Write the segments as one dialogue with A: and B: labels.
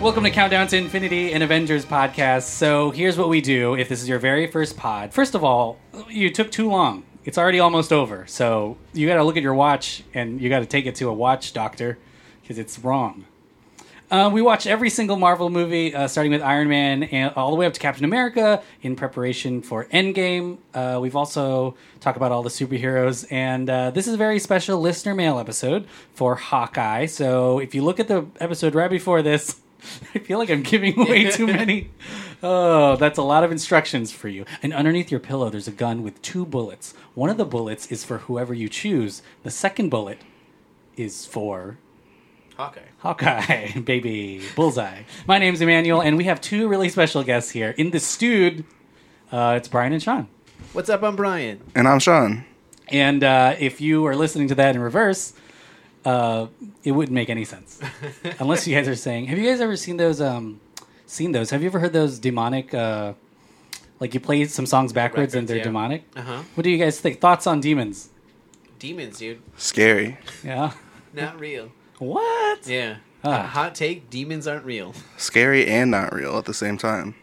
A: Welcome to Countdown to Infinity and Avengers podcast. So here's what we do if this is your very first pod. First of all, you took too long. It's already almost over. So you got to look at your watch and you got to take it to a watch doctor because it's wrong. Uh, we watch every single Marvel movie, uh, starting with Iron Man and all the way up to Captain America, in preparation for Endgame. Uh, we've also talked about all the superheroes, and uh, this is a very special listener mail episode for Hawkeye. So if you look at the episode right before this, I feel like I'm giving away too many. Oh, that's a lot of instructions for you. And underneath your pillow, there's a gun with two bullets. One of the bullets is for whoever you choose. The second bullet is for
B: Hawkeye.
A: Hawkeye, baby, bullseye. My name's Emmanuel, and we have two really special guests here in the stewed. Uh, it's Brian and Sean.
B: What's up? I'm Brian.
C: And I'm Sean.
A: And uh, if you are listening to that in reverse, uh, it wouldn't make any sense unless you guys are saying, "Have you guys ever seen those? Um, seen those? Have you ever heard those demonic? Uh, like you play some songs backwards and
B: Records,
A: they're
B: yeah.
A: demonic.
B: Uh-huh.
A: What do you guys think? Thoughts on demons?
B: Demons, dude.
C: Scary.
A: Yeah.
B: Not real.
A: What?
B: Yeah.
A: Ah.
B: Hot take: Demons aren't real.
C: Scary and not real at the same time.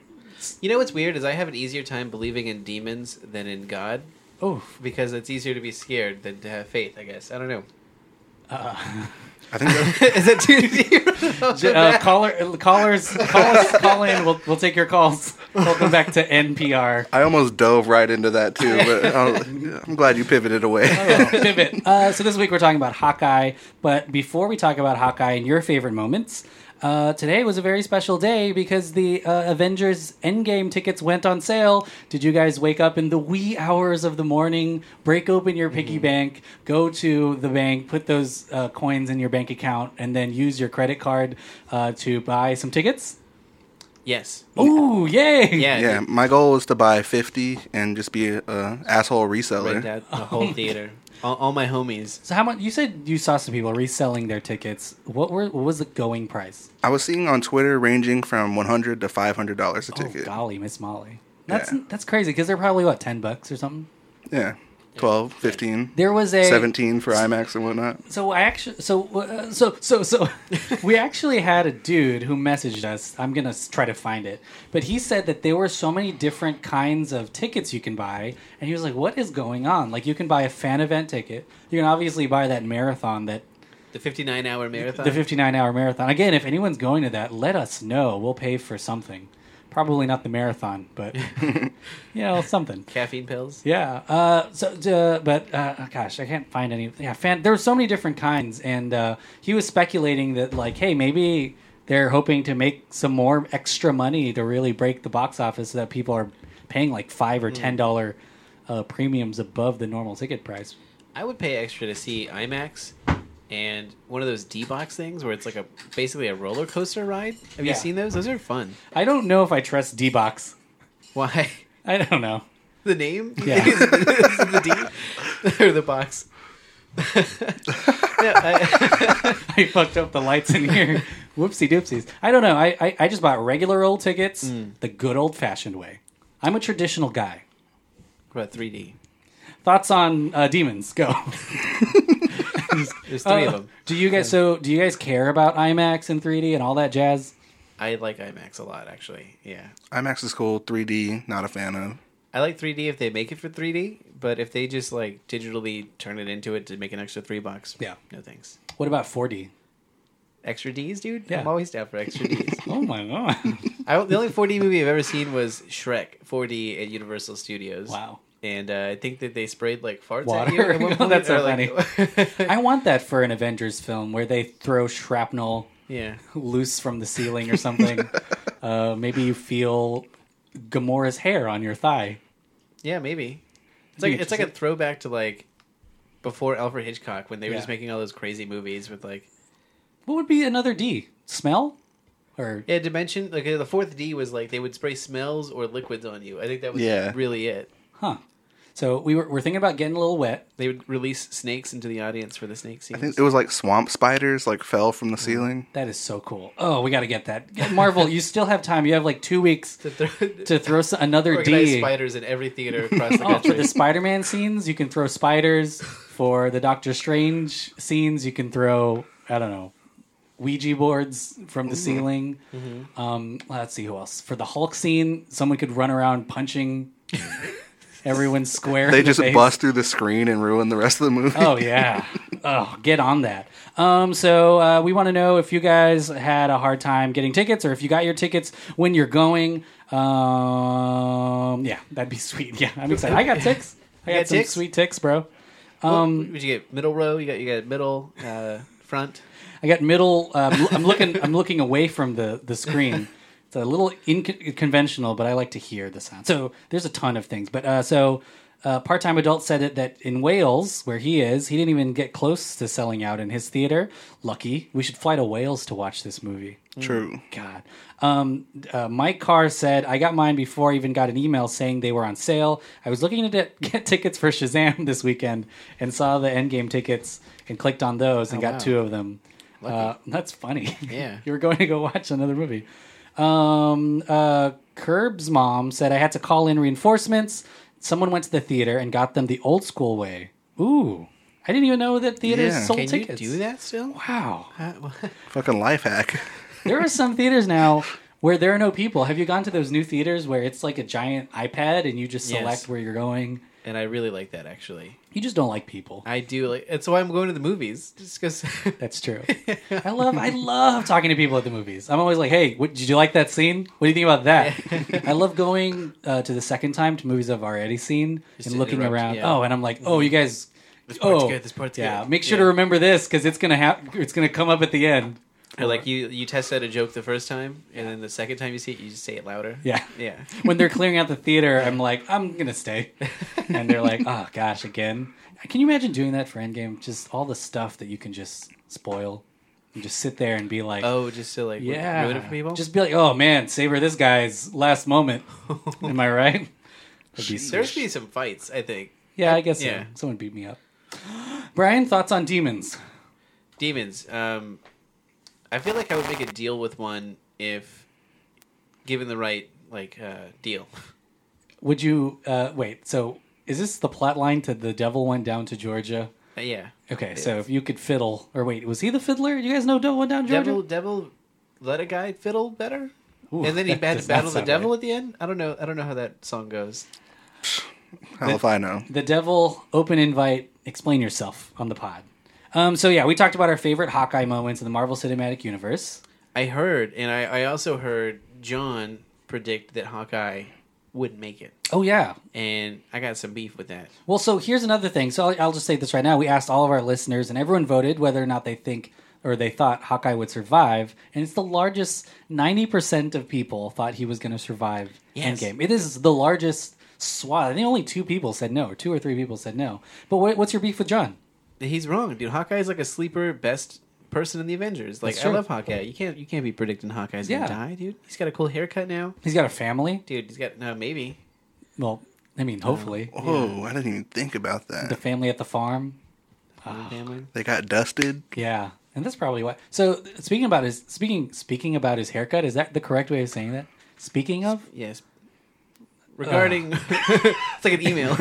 B: You know what's weird is I have an easier time believing in demons than in God
A: Oh,
B: because it's easier to be scared than to have faith. I guess I don't know.
C: I think that,
B: is that too?
A: J- uh, caller, uh, callers, call us, call in. We'll, we'll take your calls. Welcome back to NPR.
C: I almost dove right into that too, but I'll- I'm glad you pivoted away.
A: Pivot. Uh, so this week we're talking about Hawkeye, but before we talk about Hawkeye and your favorite moments, uh, today was a very special day because the uh, Avengers Endgame tickets went on sale. Did you guys wake up in the wee hours of the morning, break open your piggy bank, go to the bank, put those uh, coins in your bank account, and then use your credit card uh, to buy some tickets?
B: yes.
A: Ooh, yay!
B: Yeah.
C: Yeah,
B: dude.
C: my goal was to buy 50 and just be a asshole
B: Right
C: reseller.
B: down the whole theater. All, all my homies.
A: So how much? You said you saw some people reselling their tickets. What were what was the going price?
C: I was seeing on Twitter ranging from 100 to 500 dollars a
A: Oh
C: ticket.
A: golly, Miss Molly, that's
C: Yeah.
A: that's crazy because they're probably what ten bucks or something.
C: Yeah, 12, 15,
A: There was a
C: 17 for IMAX and whatnot.
A: So I actually so uh, so so so we actually had a dude who messaged us. I'm gonna s- try to find it, but he said that there were so many different kinds of tickets you can buy, and he was like, "What is going on? Like you can buy a fan event ticket. You can obviously buy that marathon that
B: The 59 hour marathon.
A: the 59 hour marathon again if anyone's going to that let us know we'll pay for something probably not the marathon but you know something
B: caffeine pills.
A: yeah uh, so uh, but uh, oh, gosh i can't find any yeah fan there were so many different kinds and uh, he was speculating that like hey maybe they're hoping to make some more extra money to really break the box office so that people are paying like five or ten dollar uh, premiums above the normal ticket price
B: I would pay extra to see IMAX and one of those D box things where it's like a basically a roller coaster ride. Have
A: Yeah.
B: you seen those? Those are fun.
A: i don't know if i trust d-box
B: Why?
A: i don't know
B: The name?
A: Yeah.
B: Is it the D or the box? no, I,
A: I fucked up the lights in here. Whoopsie doopsies. I don't know. I, I, I just bought regular old tickets
B: Mm.
A: the good old fashioned way. I'm a traditional guy.
B: what about 3D?
A: Thoughts on uh, demons? Go.
B: There's three of
A: Uh,
B: them.
A: Do you guys so do you guys care about IMAX and 3D and all that jazz?
B: I like IMAX a lot, actually. Yeah,
C: IMAX is cool, 3D, not a fan of.
B: I like 3D if they make it for 3D, but if they just like digitally turn it into it to make an extra three bucks,
A: Yeah.
B: no thanks.
A: What about 4D?
B: Extra D's, dude.
A: Yeah.
B: I'm always down for extra D's.
A: Oh my god!
B: I, the only 4D movie I've ever seen was Shrek 4D at Universal Studios.
A: wow.
B: And uh, I think that they sprayed like farts
A: Water.
B: at you. At
A: Oh,
B: one point,
A: that's so
B: or, like-
A: I want that for an Avengers film where they throw shrapnel
B: yeah.
A: loose from the ceiling or something. uh, maybe you feel Gamora's hair on your thigh.
B: Yeah, maybe. It's like it's like a throwback to like before Alfred Hitchcock when they were
A: Yeah.
B: just making all those crazy movies with like
A: What would be another D? Smell? Or
B: yeah dimension like the fourth D was like they would spray smells or liquids on you. I think that was
C: Yeah.
B: really it.
A: huh? So we were we're thinking about getting a little wet.
B: They would release snakes into the audience for the snake scenes.
C: I think it was like swamp spiders, like fell from the
A: Mm.
C: ceiling.
A: That is so cool. Oh, we got to get that. Get Marvel, you still have time. You have like two weeks
B: to throw,
A: to throw s- another
B: organize
A: D.
B: spiders in every theater across the
A: Oh, for
B: country.
A: the Spider-Man scenes, you can throw spiders. For the Doctor Strange scenes, you can throw I don't know Ouija boards from the
B: Mm-hmm.
A: ceiling. Um, let's see who else for the Hulk scene. Someone could run around punching everyone square.
C: They
A: in the
C: just
A: face.
C: bust through the screen and ruin the rest of the movie.
A: Oh yeah. oh, get on that. Um, so uh, we want to know if you guys had a hard time getting tickets, or if you got your tickets when you're going. Um, yeah, that'd be sweet. Yeah, I'm excited. I got ticks. I
B: You
A: got
B: got
A: some
B: ticks?
A: sweet ticks, bro.
B: Um, would you get middle row? You got you got middle uh, front.
A: I got middle. Um, I'm looking. I'm looking away from the the screen. It's a little inconventional, but I like to hear the sound. So there's a ton of things. But uh, so uh, part time adult said it that in Wales, where he is, he didn't even get close to selling out in his theater. Lucky. We should fly to Wales to watch this movie.
C: True.
A: God. Um, uh, Mike Carr said, I got mine before I even got an email saying they were on sale. I was looking to get tickets for Shazam this weekend and saw the Endgame tickets and clicked on those and
B: Oh,
A: got
B: wow.
A: two of them. Uh, that's funny.
B: Yeah.
A: you were going to go watch another movie. Um, uh, Curb's mom said, I had to call in reinforcements. Someone went to the theater and got them the old school way. Ooh. I didn't even know that theaters
C: Yeah.
A: sold
B: Can
A: tickets.
B: you do that still?
A: Wow.
B: Uh,
C: Fucking life hack.
A: There are some theaters now where there are no people. Have you gone to those new theaters where it's like a giant iPad and you just select
B: Yes.
A: where you're going?
B: and I really like that actually.
A: You just don't like people.
B: I do like. That's why I'm going to the movies. Just because.
A: That's true. I love I love talking to people at the movies. I'm always like, "Hey, what, did you like that scene? What do you think about that?" I love going uh, to the second time to movies I've already seen
B: to
A: and looking
B: interrupt,
A: around.
B: yeah.
A: Oh, and I'm like, "Oh, you guys, this
B: part's
A: oh,
B: good, this part's
A: yeah,
B: good.
A: make sure
B: Yeah.
A: to remember this because it's gonna hap- It's gonna come up at the end.
B: Or like you, you test out a joke the first time, and then the second time you see it, you just say it louder.
A: Yeah,
B: Yeah.
A: when they're clearing out the theater, I'm like, I'm gonna stay. And they're like, oh gosh, again. Can you imagine doing that for Endgame? Just all the stuff that you can just spoil. You just sit there and be like,
B: Oh, just to like
A: yeah,
B: ruin it for people.
A: Just be like, oh man, savor this guy's last moment. Am I right? That'd be
B: there's
A: sweet.
B: be some fights. I think
A: yeah, I guess so.
B: Yeah.
A: someone beat me up. Brian, thoughts on demons?
B: demons. Um, I feel like I would make a deal with one if given the right like uh, deal.
A: Would you uh, wait? So, is this the plot line to the devil went down to Georgia?
B: Uh, yeah.
A: Okay, so if you could fiddle, or wait, was he the fiddler? You guys know Devil Went Down to Georgia?
B: Devil, devil, let a guy fiddle better,
A: Ooh,
B: and then he
A: that
B: had
A: does
B: to
A: not
B: battle the
A: sound
B: devil at the end. I don't know. I don't know how that song goes.
C: Hell if I know.
A: the devil open invite explain yourself on the pod um, so yeah we talked about our favorite hawkeye moments in the marvel cinematic universe
B: I heard, and I, I also heard John predict that Hawkeye would make it,
A: oh yeah
B: and I got some beef with that.
A: well so here's another thing so I'll, I'll just say this right now we asked all of our listeners and everyone voted whether or not they think or they thought hawkeye would survive and it's the largest 90% of people thought he was going to survive
B: Yes.
A: endgame it is the largest swath i think only two people said no two or three people said no but what, what's your beef with john
B: He's wrong, dude. Hawkeye's like a sleeper best person in the Avengers. Like
A: That's
B: I
A: true.
B: love Hawkeye. You can't you can't be predicting Hawkeye's
A: Yeah.
B: gonna die, dude. He's got a cool haircut now,
A: he's got a family
B: dude. He's got no maybe.
A: well i mean hopefully
C: Whoa, I didn't even think about
A: the
C: that.
A: family at the farm Ah.
B: Family.
C: They got dusted.
A: Yeah, and that's probably why. So speaking about his speaking speaking about his haircut, is that the correct way of saying that? Speaking of,
B: Yes. Regarding, it's like an email.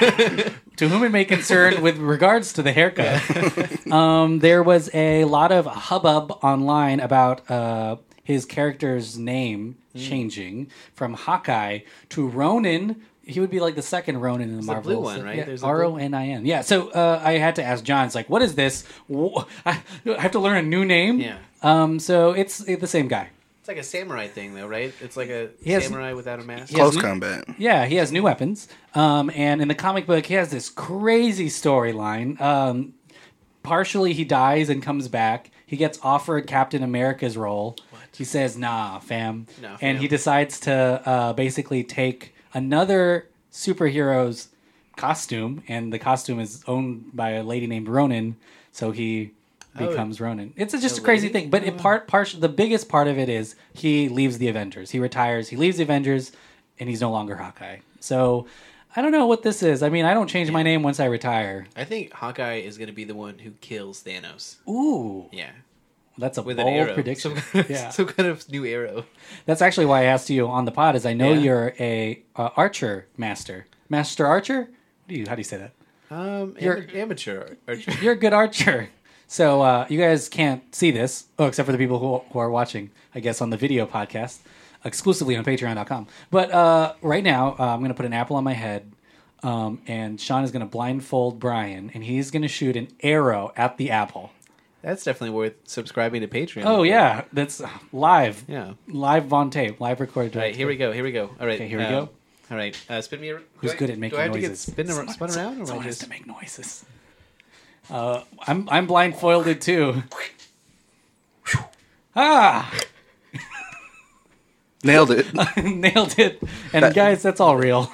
A: to whom it may concern, with regards to the haircut, um, there was a lot of hubbub online about uh, his character's name
B: Mm.
A: changing from Hawkeye to Ronin. He would be like the second Ronin in the
B: the
A: Marvel.
B: blue one, right?
A: yeah,
B: There's a blue-
A: R O N I N. Yeah. So uh, I had to ask John. It's like, what is this? Wh- I I have to learn a new name.
B: Yeah.
A: Um. So it's it's the same guy.
B: It's like a samurai thing, though, right? It's like a
A: has-
B: samurai without a mask.
A: has
C: Close
A: n-
C: combat.
A: Yeah, he has new weapons. Um, and in the comic book, he has this crazy storyline. Um, partially, he dies and comes back. He gets offered Captain America's role. He says, nah, fam.
B: Nah,
A: And he
B: fam.
A: decides to uh, basically take another superhero's costume, and the costume is owned by a lady named Ronin. So he
B: Oh.
A: becomes Ronin. It's just a crazy
B: lady?
A: thing. But in part, part, the biggest part of it is he leaves the Avengers. He retires. He leaves the Avengers, and he's no longer Hawkeye. So I don't know what this is. I mean, I don't change my name once I retire.
B: I think Hawkeye is going to be the one who kills Thanos.
A: Ooh,
B: Yeah,
A: that's a
B: with an
A: bold
B: arrow.
A: prediction.
B: Some kind, of,
A: yeah,
B: some kind of new arrow.
A: that's actually why I asked you on the pod. Is I know
B: Yeah.
A: you're a uh, archer master, master archer. What do you? How do you say that?
B: Um,
A: You're-
B: am- amateur. Or,
A: You're a good archer. So uh, you guys can't see this, oh, except for the people who, who are watching, I guess, on the video podcast, exclusively on Patreon.com. But uh, right now, uh, I'm going to put an apple on my head, um, and Sean is going to blindfold Brian, and he's going to shoot an arrow at the apple.
B: That's definitely worth subscribing to Patreon.
A: Oh
B: for.
A: yeah, that's live.
B: Yeah.
A: live on tape, live recorded.
B: All right, here we go. Here we go. All right.
A: Okay, here we
B: uh,
A: go.
B: All right. Uh, spin me. ar- do
A: Who's
B: I-
A: good at making
B: do I have
A: noises?
B: To get spin ar-
A: Someone-
B: spun around, or am
A: someone
B: I
A: has to
B: just
A: make noises. Uh, I'm I'm blindfolded too. ah,
C: Nailed it.
A: nailed it! And
C: That-
A: guys, that's all real.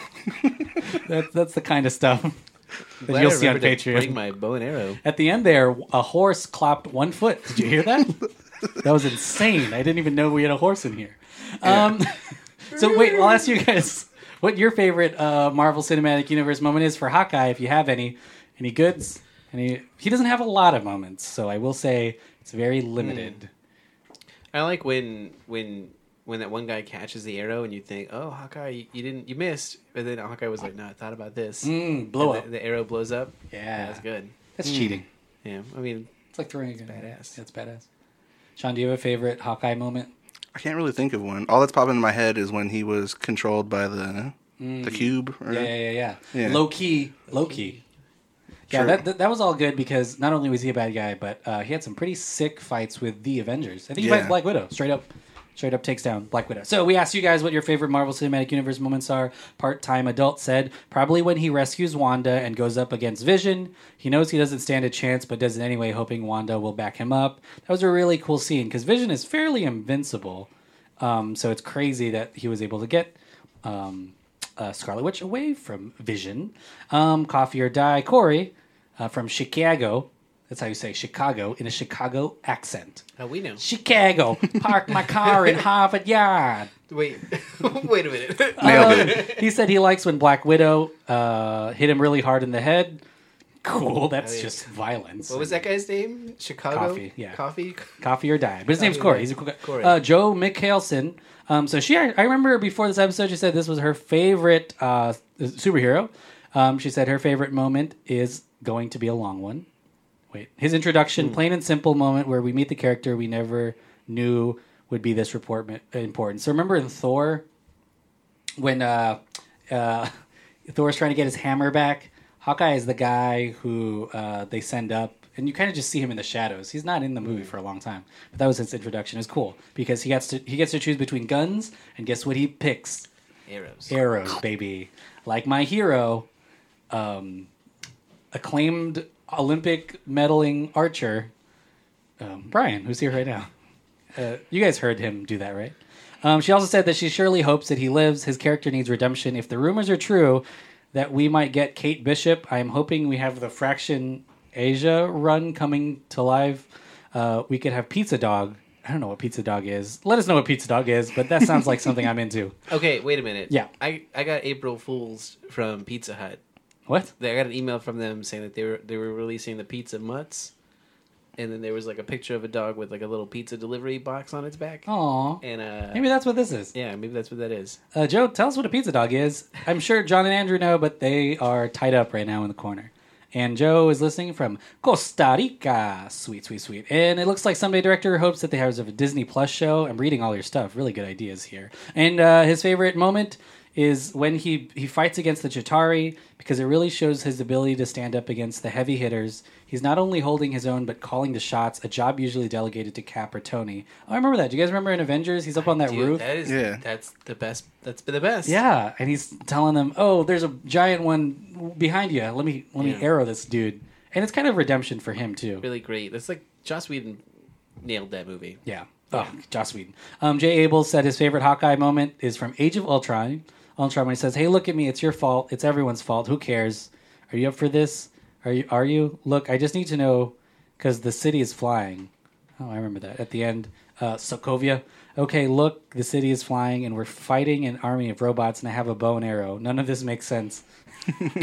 A: that's that's the kind of stuff that
B: Glad I
A: you'll see on
B: remembered to
A: Patreon.
B: Bring my bow and arrow.
A: At the end, there, a horse clapped one foot. Did you hear that? that was insane. I didn't even know we had a horse in here. Um, so wait, I'll ask you guys what your favorite uh, Marvel Cinematic Universe moment is for Hawkeye, if you have any. Any goods? Any? He doesn't have a lot of moments, so I will say it's very limited.
B: I like when when when that one guy catches the arrow and you think, oh, Hawkeye, you, you didn't, you missed, but then Hawkeye was like, no, I thought about this.
A: Mm, blow
B: And
A: up.
B: The, the arrow blows up.
A: Yeah.
B: that's good.
A: That's cheating.
B: Yeah, I mean,
A: It's like throwing a gun.
B: Badass.
A: That's badass. Sean, do you have a favorite Hawkeye moment?
C: I can't really think of one. All that's popping in my head is when he was controlled by the the cube. Or,
A: Mm. Yeah, yeah, yeah, yeah.
C: Yeah.
A: Low key, low key. Yeah,
C: True.
A: that, that that was all good because not only was he a bad guy, but uh, he had some pretty sick fights with the Avengers. I think he
C: Yeah.
A: fights Black Widow straight up, straight up takes down Black Widow. So we asked you guys what your favorite Marvel Cinematic Universe moments are. Part time adult said probably when he rescues Wanda and goes up against Vision. He knows he doesn't stand a chance, but does it anyway, hoping Wanda will back him up. That was a really cool scene because Vision is fairly invincible. Um, so it's crazy that he was able to get um, uh, Scarlet Witch away from Vision. Um, Coffee or Die, Corey uh, from Chicago. That's how you say Chicago in a Chicago accent.
B: how we know.
A: Chicago, park my car in Harvard Yard.
B: Wait, wait a minute.
C: Nailed it.
A: He said he likes when Black Widow uh, hit him really hard in the head. Cool, that's
B: yeah.
A: just violence.
B: what was that guy's name? Chicago.
A: Coffee, yeah.
B: Coffee.
A: Coffee or die. But his name's
B: or
A: Corey.
B: Die.
A: He's a cool guy.
B: Corey.
A: Uh, Joe McHaleson. Um, so she, I remember before this episode, she said this was her favorite uh, superhero. Um, she said her favorite moment is going to be a long one. Wait, his
B: Hmm.
A: introduction, plain and simple moment where we meet the character we never knew would be this report important. So remember in Thor, when uh, uh, Thor's trying to get his hammer back, Hawkeye is the guy who uh, they send up, and you kind of just see him in the shadows. He's not in the movie for a long time, but that was his introduction. It's cool because he gets to he gets to choose between guns, and guess what he picks?
B: Arrows.
A: Arrows, baby. Like my hero, um, acclaimed Olympic medaling archer, um, Brian, who's here right now. Uh, you guys heard him do that, right? Um, she also said that she surely hopes that he lives. His character needs redemption. If the rumors are true that we might get Kate Bishop, I'm hoping we have the Fraction Asia run coming to life. Uh, we could have Pizza Dog. I don't know what Pizza Dog is. Let us know what Pizza Dog is, but that sounds like something I'm into.
B: Okay, wait a minute.
A: Yeah.
B: I I got April Fools from Pizza Hut.
A: What?
B: I got an email from them saying that they were they were releasing the pizza mutts, and then there was like a picture of a dog with like a little pizza delivery box on its back.
A: Aw.
B: And uh,
A: Oh. Maybe that's what this is.
B: yeah, maybe that's what that is.
A: Uh, Joe, tell us what a pizza dog is. I'm sure John and Andrew know, but they are tied up right now in the corner. And Joe is listening from Costa Rica. Sweet, sweet, sweet. And it looks like someday director hopes that they have a Disney Plus show. I'm reading all your stuff. Really good ideas here. And uh, his favorite moment is when he he fights against the Chitari because it really shows his ability to stand up against the heavy hitters. He's not only holding his own but calling the shots, a job usually delegated to Cap or Tony. Oh, I remember that. Do you guys remember in Avengers? He's up on that
B: Dude,
A: roof.
B: that is
C: Yeah.
B: that's the best. That's been the best.
A: Yeah, and he's telling them, "Oh, there's a giant one behind you. Let me let
B: Yeah.
A: me arrow this dude." And it's kind of redemption for him too.
B: really great. That's like Joss Whedon nailed that movie.
A: Yeah. Oh, Joss Whedon. Um, Jay Abels said his favorite Hawkeye moment is from Age of Ultron. Ultron when he says, "Hey, look at me. It's your fault. It's everyone's fault. Who cares? Are you up for this? Are you? Are you? Look, I just need to know because the city is flying. Oh, I remember that at the end. Uh, Sokovia. Okay, look, the city is flying, and we're fighting an army of robots, and I have a bow and arrow. None of this makes sense.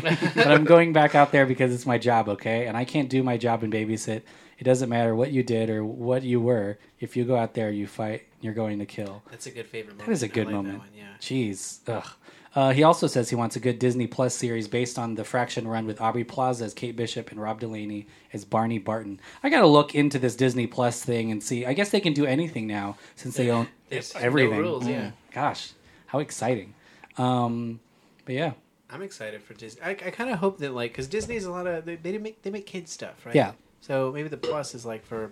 A: but I'm going back out there because it's my job, okay? And I can't do my job and babysit. It It doesn't matter what you did or what you were. If you go out there, you fight, you're going to kill.
B: That's a good favorite moment.
A: That is a
B: I
A: good
B: like that
A: moment.
B: one, yeah.
A: Jeez. Ugh. Uh, he also says he wants a good Disney Plus series based on the Fraction run with Aubrey Plaza as Kate Bishop and Rob Delaney as Barney Barton. I got to look into this Disney Plus thing and see. I guess they can do anything now since they own
B: There's no
A: everything. Mm,
B: rules, yeah.
A: Gosh, how exciting. Um, but yeah,
B: I'm excited for Disney. I, I kind of hope that like because Disney's a lot of they, they make they make kids stuff, right?
A: Yeah.
B: So maybe the plus is like for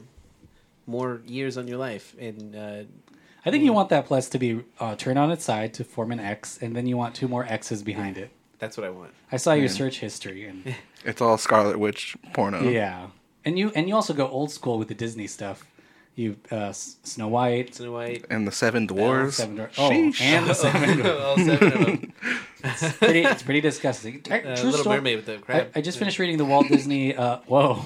B: more years on your life, and uh,
A: I think you want that plus to be uh, turned on its side to form an X, and then you want two more X's behind it.
B: that's what I want.
A: I saw your search history, and
C: It's all Scarlet Witch porno.
A: yeah, and you and you also go old school with the Disney stuff. You uh, S- Snow White,
B: Snow White,
C: And the Seven Dwarves.
A: Seven Dwar- oh, and the Seven. Dwar-
B: all seven of them.
A: It's pretty, it's pretty disgusting. Uh,
B: Uh,
A: true
B: Little
A: story-
B: Mermaid with the
A: I,
B: crab.
A: I just finished reading the Walt Disney. Uh, whoa,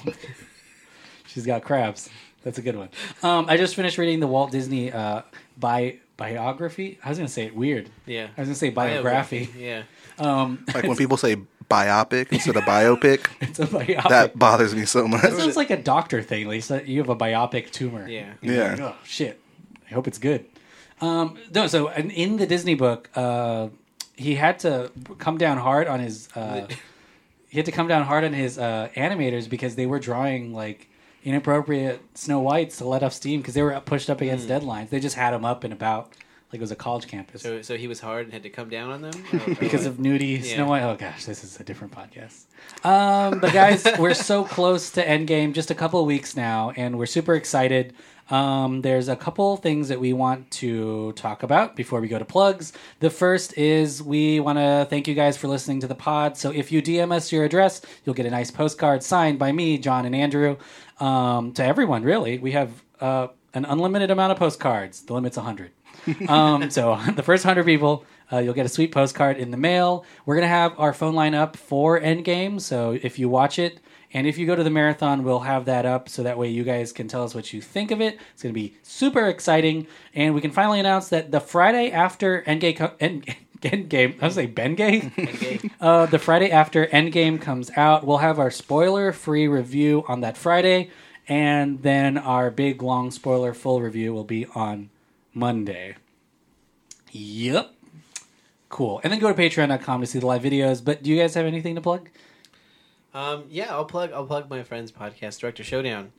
A: she's got crabs. That's a good one. Um, I just finished reading the Walt Disney uh, bi- biography. I was gonna say it weird.
B: Yeah.
A: I was gonna say biography.
B: Yeah.
A: Um,
C: Like when people say biopic instead of biopic,
A: it's a biopic.
C: that bothers me so much.
A: That sounds like a doctor thing, Lisa. You have a biopic tumor.
B: Yeah.
A: You're
C: Yeah.
A: like, oh shit. I hope it's good. Um, no. So and in the Disney book, uh, he had to come down hard on his. Uh, he had to come down hard on his uh, animators because they were drawing like inappropriate Snow Whites to let off steam because they were pushed up against deadlines. They just had him up and about like it was a college campus
B: Hmm. So so he was hard and had to come down on them Oh,
A: because
B: oh,
A: of nudie
B: Yeah.
A: Snow White. Oh gosh, this is a different podcast. Um, but guys, we're so close to Endgame, just a couple of weeks now, and we're super excited. Um, there's a couple things that we want to talk about before we go to plugs. The first is we want to thank you guys for listening to the pod. So if you DM us your address, you'll get a nice postcard signed by me, John, and Andrew. Um, to everyone, really, we have uh, an unlimited amount of postcards. The limit's 100 um, so the first 100 people uh, you'll get a sweet postcard in the mail we're going to have our phone line up for endgame so if you watch it and if you go to the marathon we'll have that up so that way you guys can tell us what you think of it it's going to be super exciting and we can finally announce that the friday after endgame co- End- endgame i was like bengay
B: okay.
A: uh, the Friday after Endgame comes out, we'll have our spoiler free review on that Friday, and then our big long spoiler full review will be on Monday. Yep. Cool. And then go to patreon.com to see the live videos. But do you guys have anything to plug?
B: Um, yeah, I'll plug I'll plug my friend's podcast, Director Showdown.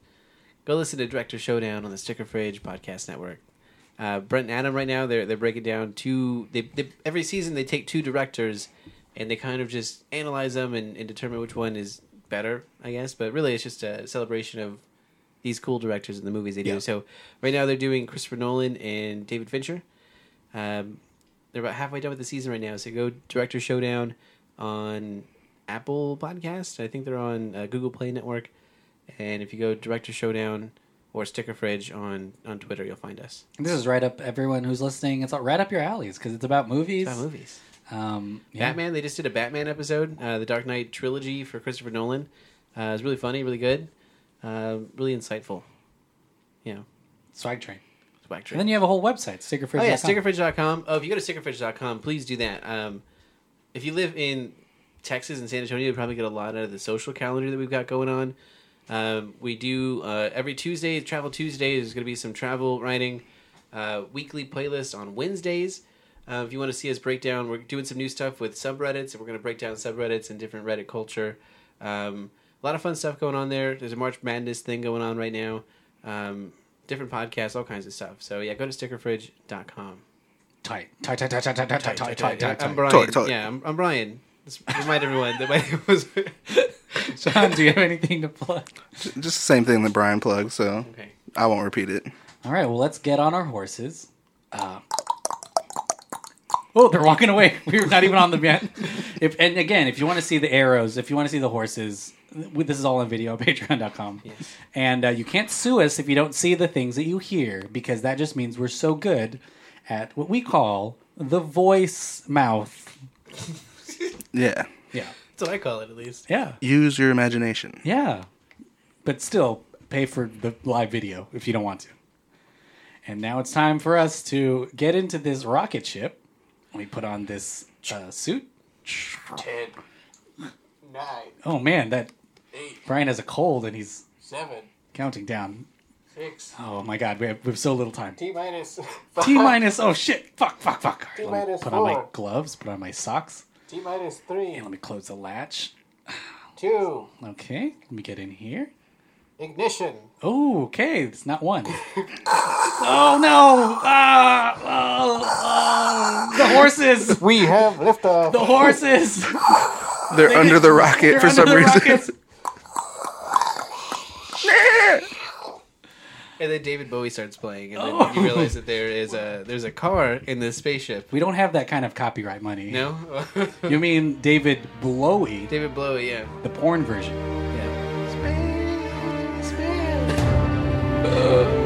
B: Go listen to Director Showdown on the Sticker Fridge Podcast Network. Uh, Brent and Adam right now they're they're breaking down two. They, they every season they take two directors and they kind of just analyze them and, and determine which one is better, I guess. But really, it's just a celebration of these cool directors and the movies they do.
A: Yeah.
B: So right now they're doing Christopher Nolan and David Fincher. Um, they're about halfway done with the season right now. So go Director Showdown on Apple Podcast. I think they're on uh, Google Play Network. And if you go Director Showdown or Sticker Fridge on, on Twitter, you'll find us.
A: This is right up everyone who's listening. It's all right up your alleys because it's about movies.
B: It's about movies.
A: Um, yeah.
B: Batman, they just did a Batman episode, uh, the Dark Knight trilogy for Christopher Nolan. Uh, it was really funny, really good, uh, really insightful. You know,
A: Swag Train.
B: it's whack
A: And then you have a whole website, stickerfridge.com.
B: Oh yeah, stickerfridge.com. Oh, if you go to stickerfridge.com, please do that. Um, if you live in Texas and San Antonio, you probably get a lot out of the social calendar that we've got going on. Um, we do uh, every Tuesday, Travel Tuesdays. There's going to be some travel writing, uh, weekly playlist on Wednesdays. Uh, if you want to see us break down, we're doing some new stuff with subreddits, and we're going to break down subreddits and different Reddit culture. Um, a lot of fun stuff going on there. There's a March Madness thing going on right now. Um, different podcasts, all kinds of stuff. So yeah, go to stickerfridge.com.
A: Tight. Tight, tight, tight, tight, tight, tight, tight, tight, tight,
B: I'm
A: tight.
B: Brian.
C: Tight, tight.
B: Yeah, I'm, I'm Brian. Let's remind everyone that my name was.
A: John, do you have anything to plug?
C: Just the same thing that Brian plugged, so
B: okay.
C: I won't repeat it.
A: All right, well, let's get on our horses. Uh, oh, they're walking away. We were not even on them yet. If and again, if you want to see the arrows, if you want to see the horses, we- this is all on video, Patreon.com. And uh, you can't sue us if you don't see the things that you hear, because that just means we're so good at what we call the voice mouth.
C: Yeah.
A: Yeah,
B: That's what I call it, at least.
A: yeah,
C: Use your imagination.
A: yeah. But still, pay for the live video if you don't want to. And now it's time for us to get into this rocket ship. We put on this uh, suit.
D: Ten, nine,
A: Oh man, that
D: eight,
A: Brian has a cold and he's
D: seven,
A: counting down.
D: Six.
A: Oh my god, we have, we have so little time.
D: T minus.
A: T minus. Oh shit! Fuck! Fuck! Fuck!
D: T
A: All right, let me
D: minus
A: put on my
D: four.
A: gloves. Put on my socks.
D: T minus three.
A: And let me close the latch.
D: Two.
A: Okay, let me get in here.
D: Ignition.
A: Oh, okay, it's not one. oh no! Ah, oh, oh. The horses!
D: We have liftoff.
A: The horses!
C: They're under the rocket
A: Ah, They're
C: for
A: under
C: some
A: the
C: reason.
A: rockets.
B: And then David Bowie starts playing, and then
D: Oh.
B: you realize that there is a there's a car in this spaceship.
A: We don't have that kind of copyright money.
B: No,
A: You mean David Blowy,
B: David Bowie, yeah,
A: the porn version?
B: yeah.
C: Space, space.
B: Uh,